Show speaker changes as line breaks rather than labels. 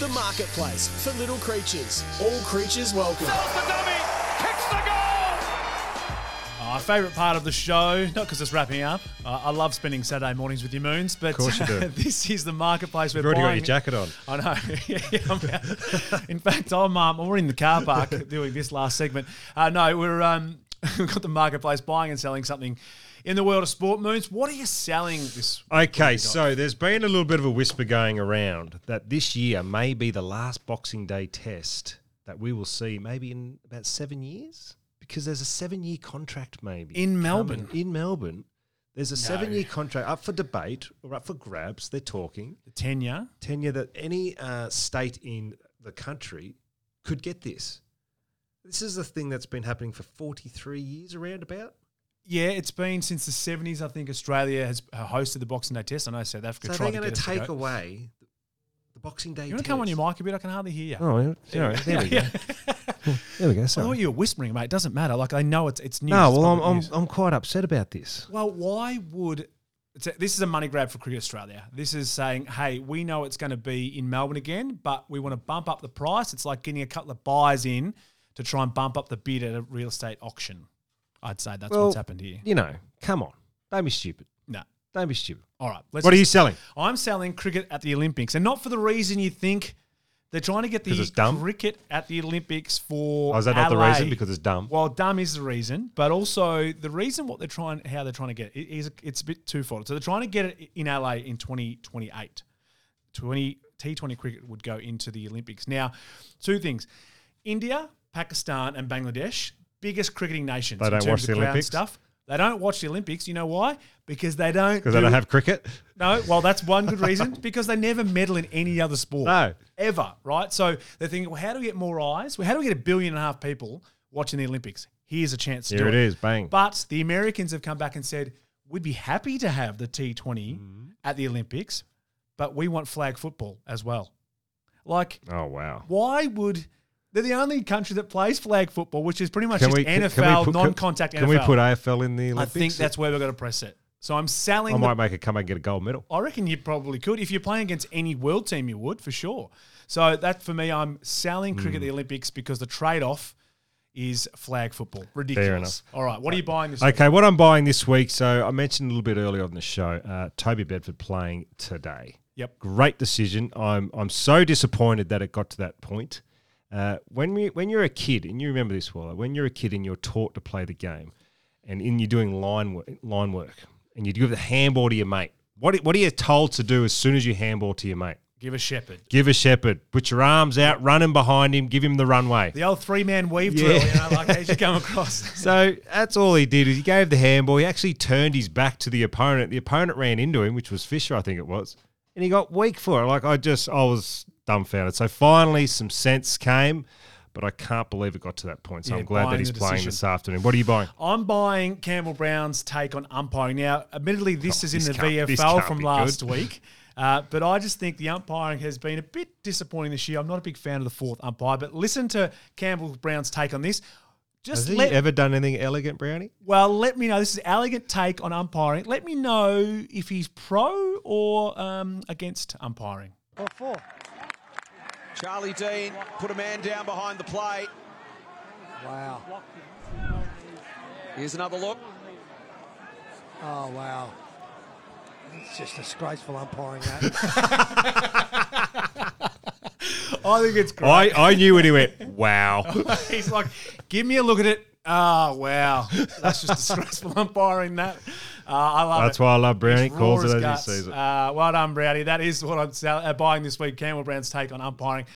The marketplace for little creatures. All creatures welcome.
Our favourite part of the show, not because it's wrapping up. Uh, I love spending Saturday mornings with you, Moons, but
course you do.
this is the marketplace we're
You've already got
buying.
your jacket on.
I know. Yeah, I'm- in fact, I'm um, we're in the car park doing this last segment. Uh, no, we're um, we've got the marketplace buying and selling something in the world of sport moons. What are you selling this?
Okay, so there's been a little bit of a whisper going around that this year may be the last Boxing Day test that we will see maybe in about seven years because there's a seven year contract maybe.
In
coming.
Melbourne?
In Melbourne. There's a seven year contract up for debate or up for grabs. They're talking.
tenure?
Tenure that any uh, state in the country could get this. This is a thing that's been happening for 43 years around about.
Yeah, it's been since the seventies. I think Australia has uh, hosted the Boxing Day Test. I know South Africa
So
tried
they're
to
going
get
to
us
take
go.
away the- the Boxing Day
You want
test.
to come on your mic a bit? I can hardly hear you.
Oh, yeah, all right, there we go. There we
I
go.
thought
Sorry.
Oh, you were whispering, mate. It doesn't matter. Like I know it's it's news.
No,
It's
well, I'm,
public
I'm,
news.
I'm quite upset about this.
Well, why would it's a, this is a money grab for Cricket Australia? This is saying, hey, we know it's going to be in Melbourne again, but we want to bump up the price. It's like getting a couple of buys in to try and bump up the bid at a real estate auction. I'd say that's
Well,
what's happened here.
You know, come on. Don't be stupid.
No.
Don't be stupid.
All right. Let's
What are you selling?
I'm selling cricket at the Olympics, and not for the reason you think. They're trying to get
'Cause
the
it's dumb?
cricket at the Olympics for.
Oh, is that not the
LA.
reason? Because it's dumb?
Well, dumb is the reason, but also the reason what they're trying, how they're trying to get it is it's a bit twofold. So they're trying to get it in LA in 2028. 20 T20 cricket would go into the Olympics. Now, two things: India, Pakistan, and Bangladesh, biggest cricketing nations.
They
in
don't
terms
watch
of
the
crowd
Olympics?
stuff. They don't watch the Olympics. You know why? Because they don't.
Because I
do-
don't have cricket.
no, well, that's one good reason because they never meddle in any other sport.
No.
Ever, right? So they're thinking, well, how do we get more eyes? Well, how do we get a billion and a half people watching the Olympics? Here's a chance to
Here
do
it
it.
is, bang.
But the Americans have come back and said, we'd be happy to have the T20
Mm-hmm.
at the Olympics, but we want flag football as well. Like,
Oh, wow.
why would. They're the only country that plays flag football, which is pretty much
Can
just
we, can-
NFL,
can we put-
non-contact
Can
NFL.
we put AFL in the
I
Olympics?
think that's where we're going to press it. So I'm selling
I
the
might make it come and get a gold medal.
I reckon you probably could. If you're playing against any world team, you would for sure. So that for me, I'm selling cricket
Hmm.
at the Olympics because the trade off is flag football. Ridiculous. All right, what are you buying this?
Okay, what I'm buying this week. So I mentioned a little bit earlier on the show, uh, Toby Bedford playing today.
Yep.
great decision. I'm I'm so disappointed that it got to that point. Uh, when we when you're a kid and you remember this, Waller, when you're a kid and you're taught to play the game, and in you're doing line work, line work, and you give the handball to your mate. What are- what are you told to do as soon as you handball to your mate?
Give a shepherd.
Give a shepherd. Put your arms out. Run him behind him. Give him the runway.
The old three man weave
Yeah.
drill, you know, like as you come across.
So that's all he did is he gave the handball. He actually turned his back to the opponent. The opponent ran into him, which was Fisher, I think it was, and he got weak for it. Like I just, I was dumbfounded. So finally, some sense came, but I can't believe it got to that point. So
Yeah,
I'm glad
buying
that he's
the
playing
decision.
this afternoon. What are you buying?
I'm buying Campbell Brown's take on umpiring. Now, admittedly, this
Oh,
is in the
this can't- this
VFL
can't
from
be
last
good.
week. Uh, but I just think the umpiring has been a bit disappointing this year. I'm not a big fan of the fourth umpire, but listen to Campbell Brown's take on this. Just
Has he
let
ever done anything elegant, Brownie?
Well, let me know. This is elegant take on umpiring. Let me know if he's pro or um, against umpiring.
Charlie Dean put a man down behind the plate.
Wow.
Here's another look.
Oh, wow. It's just disgraceful umpiring that.
I think it's great.
I, I knew when he went, wow.
he's like, give me a look at it. Ah, wow, that's just disgraceful umpiring. That uh, I love
That's
it.
why I love Brownie.
It's raw
Calls it
as
as he
guts. Ah,
sees it.
Uh, well done, Brownie. That is what I'm sell- uh, buying this week. Campbell Brown's take on umpiring.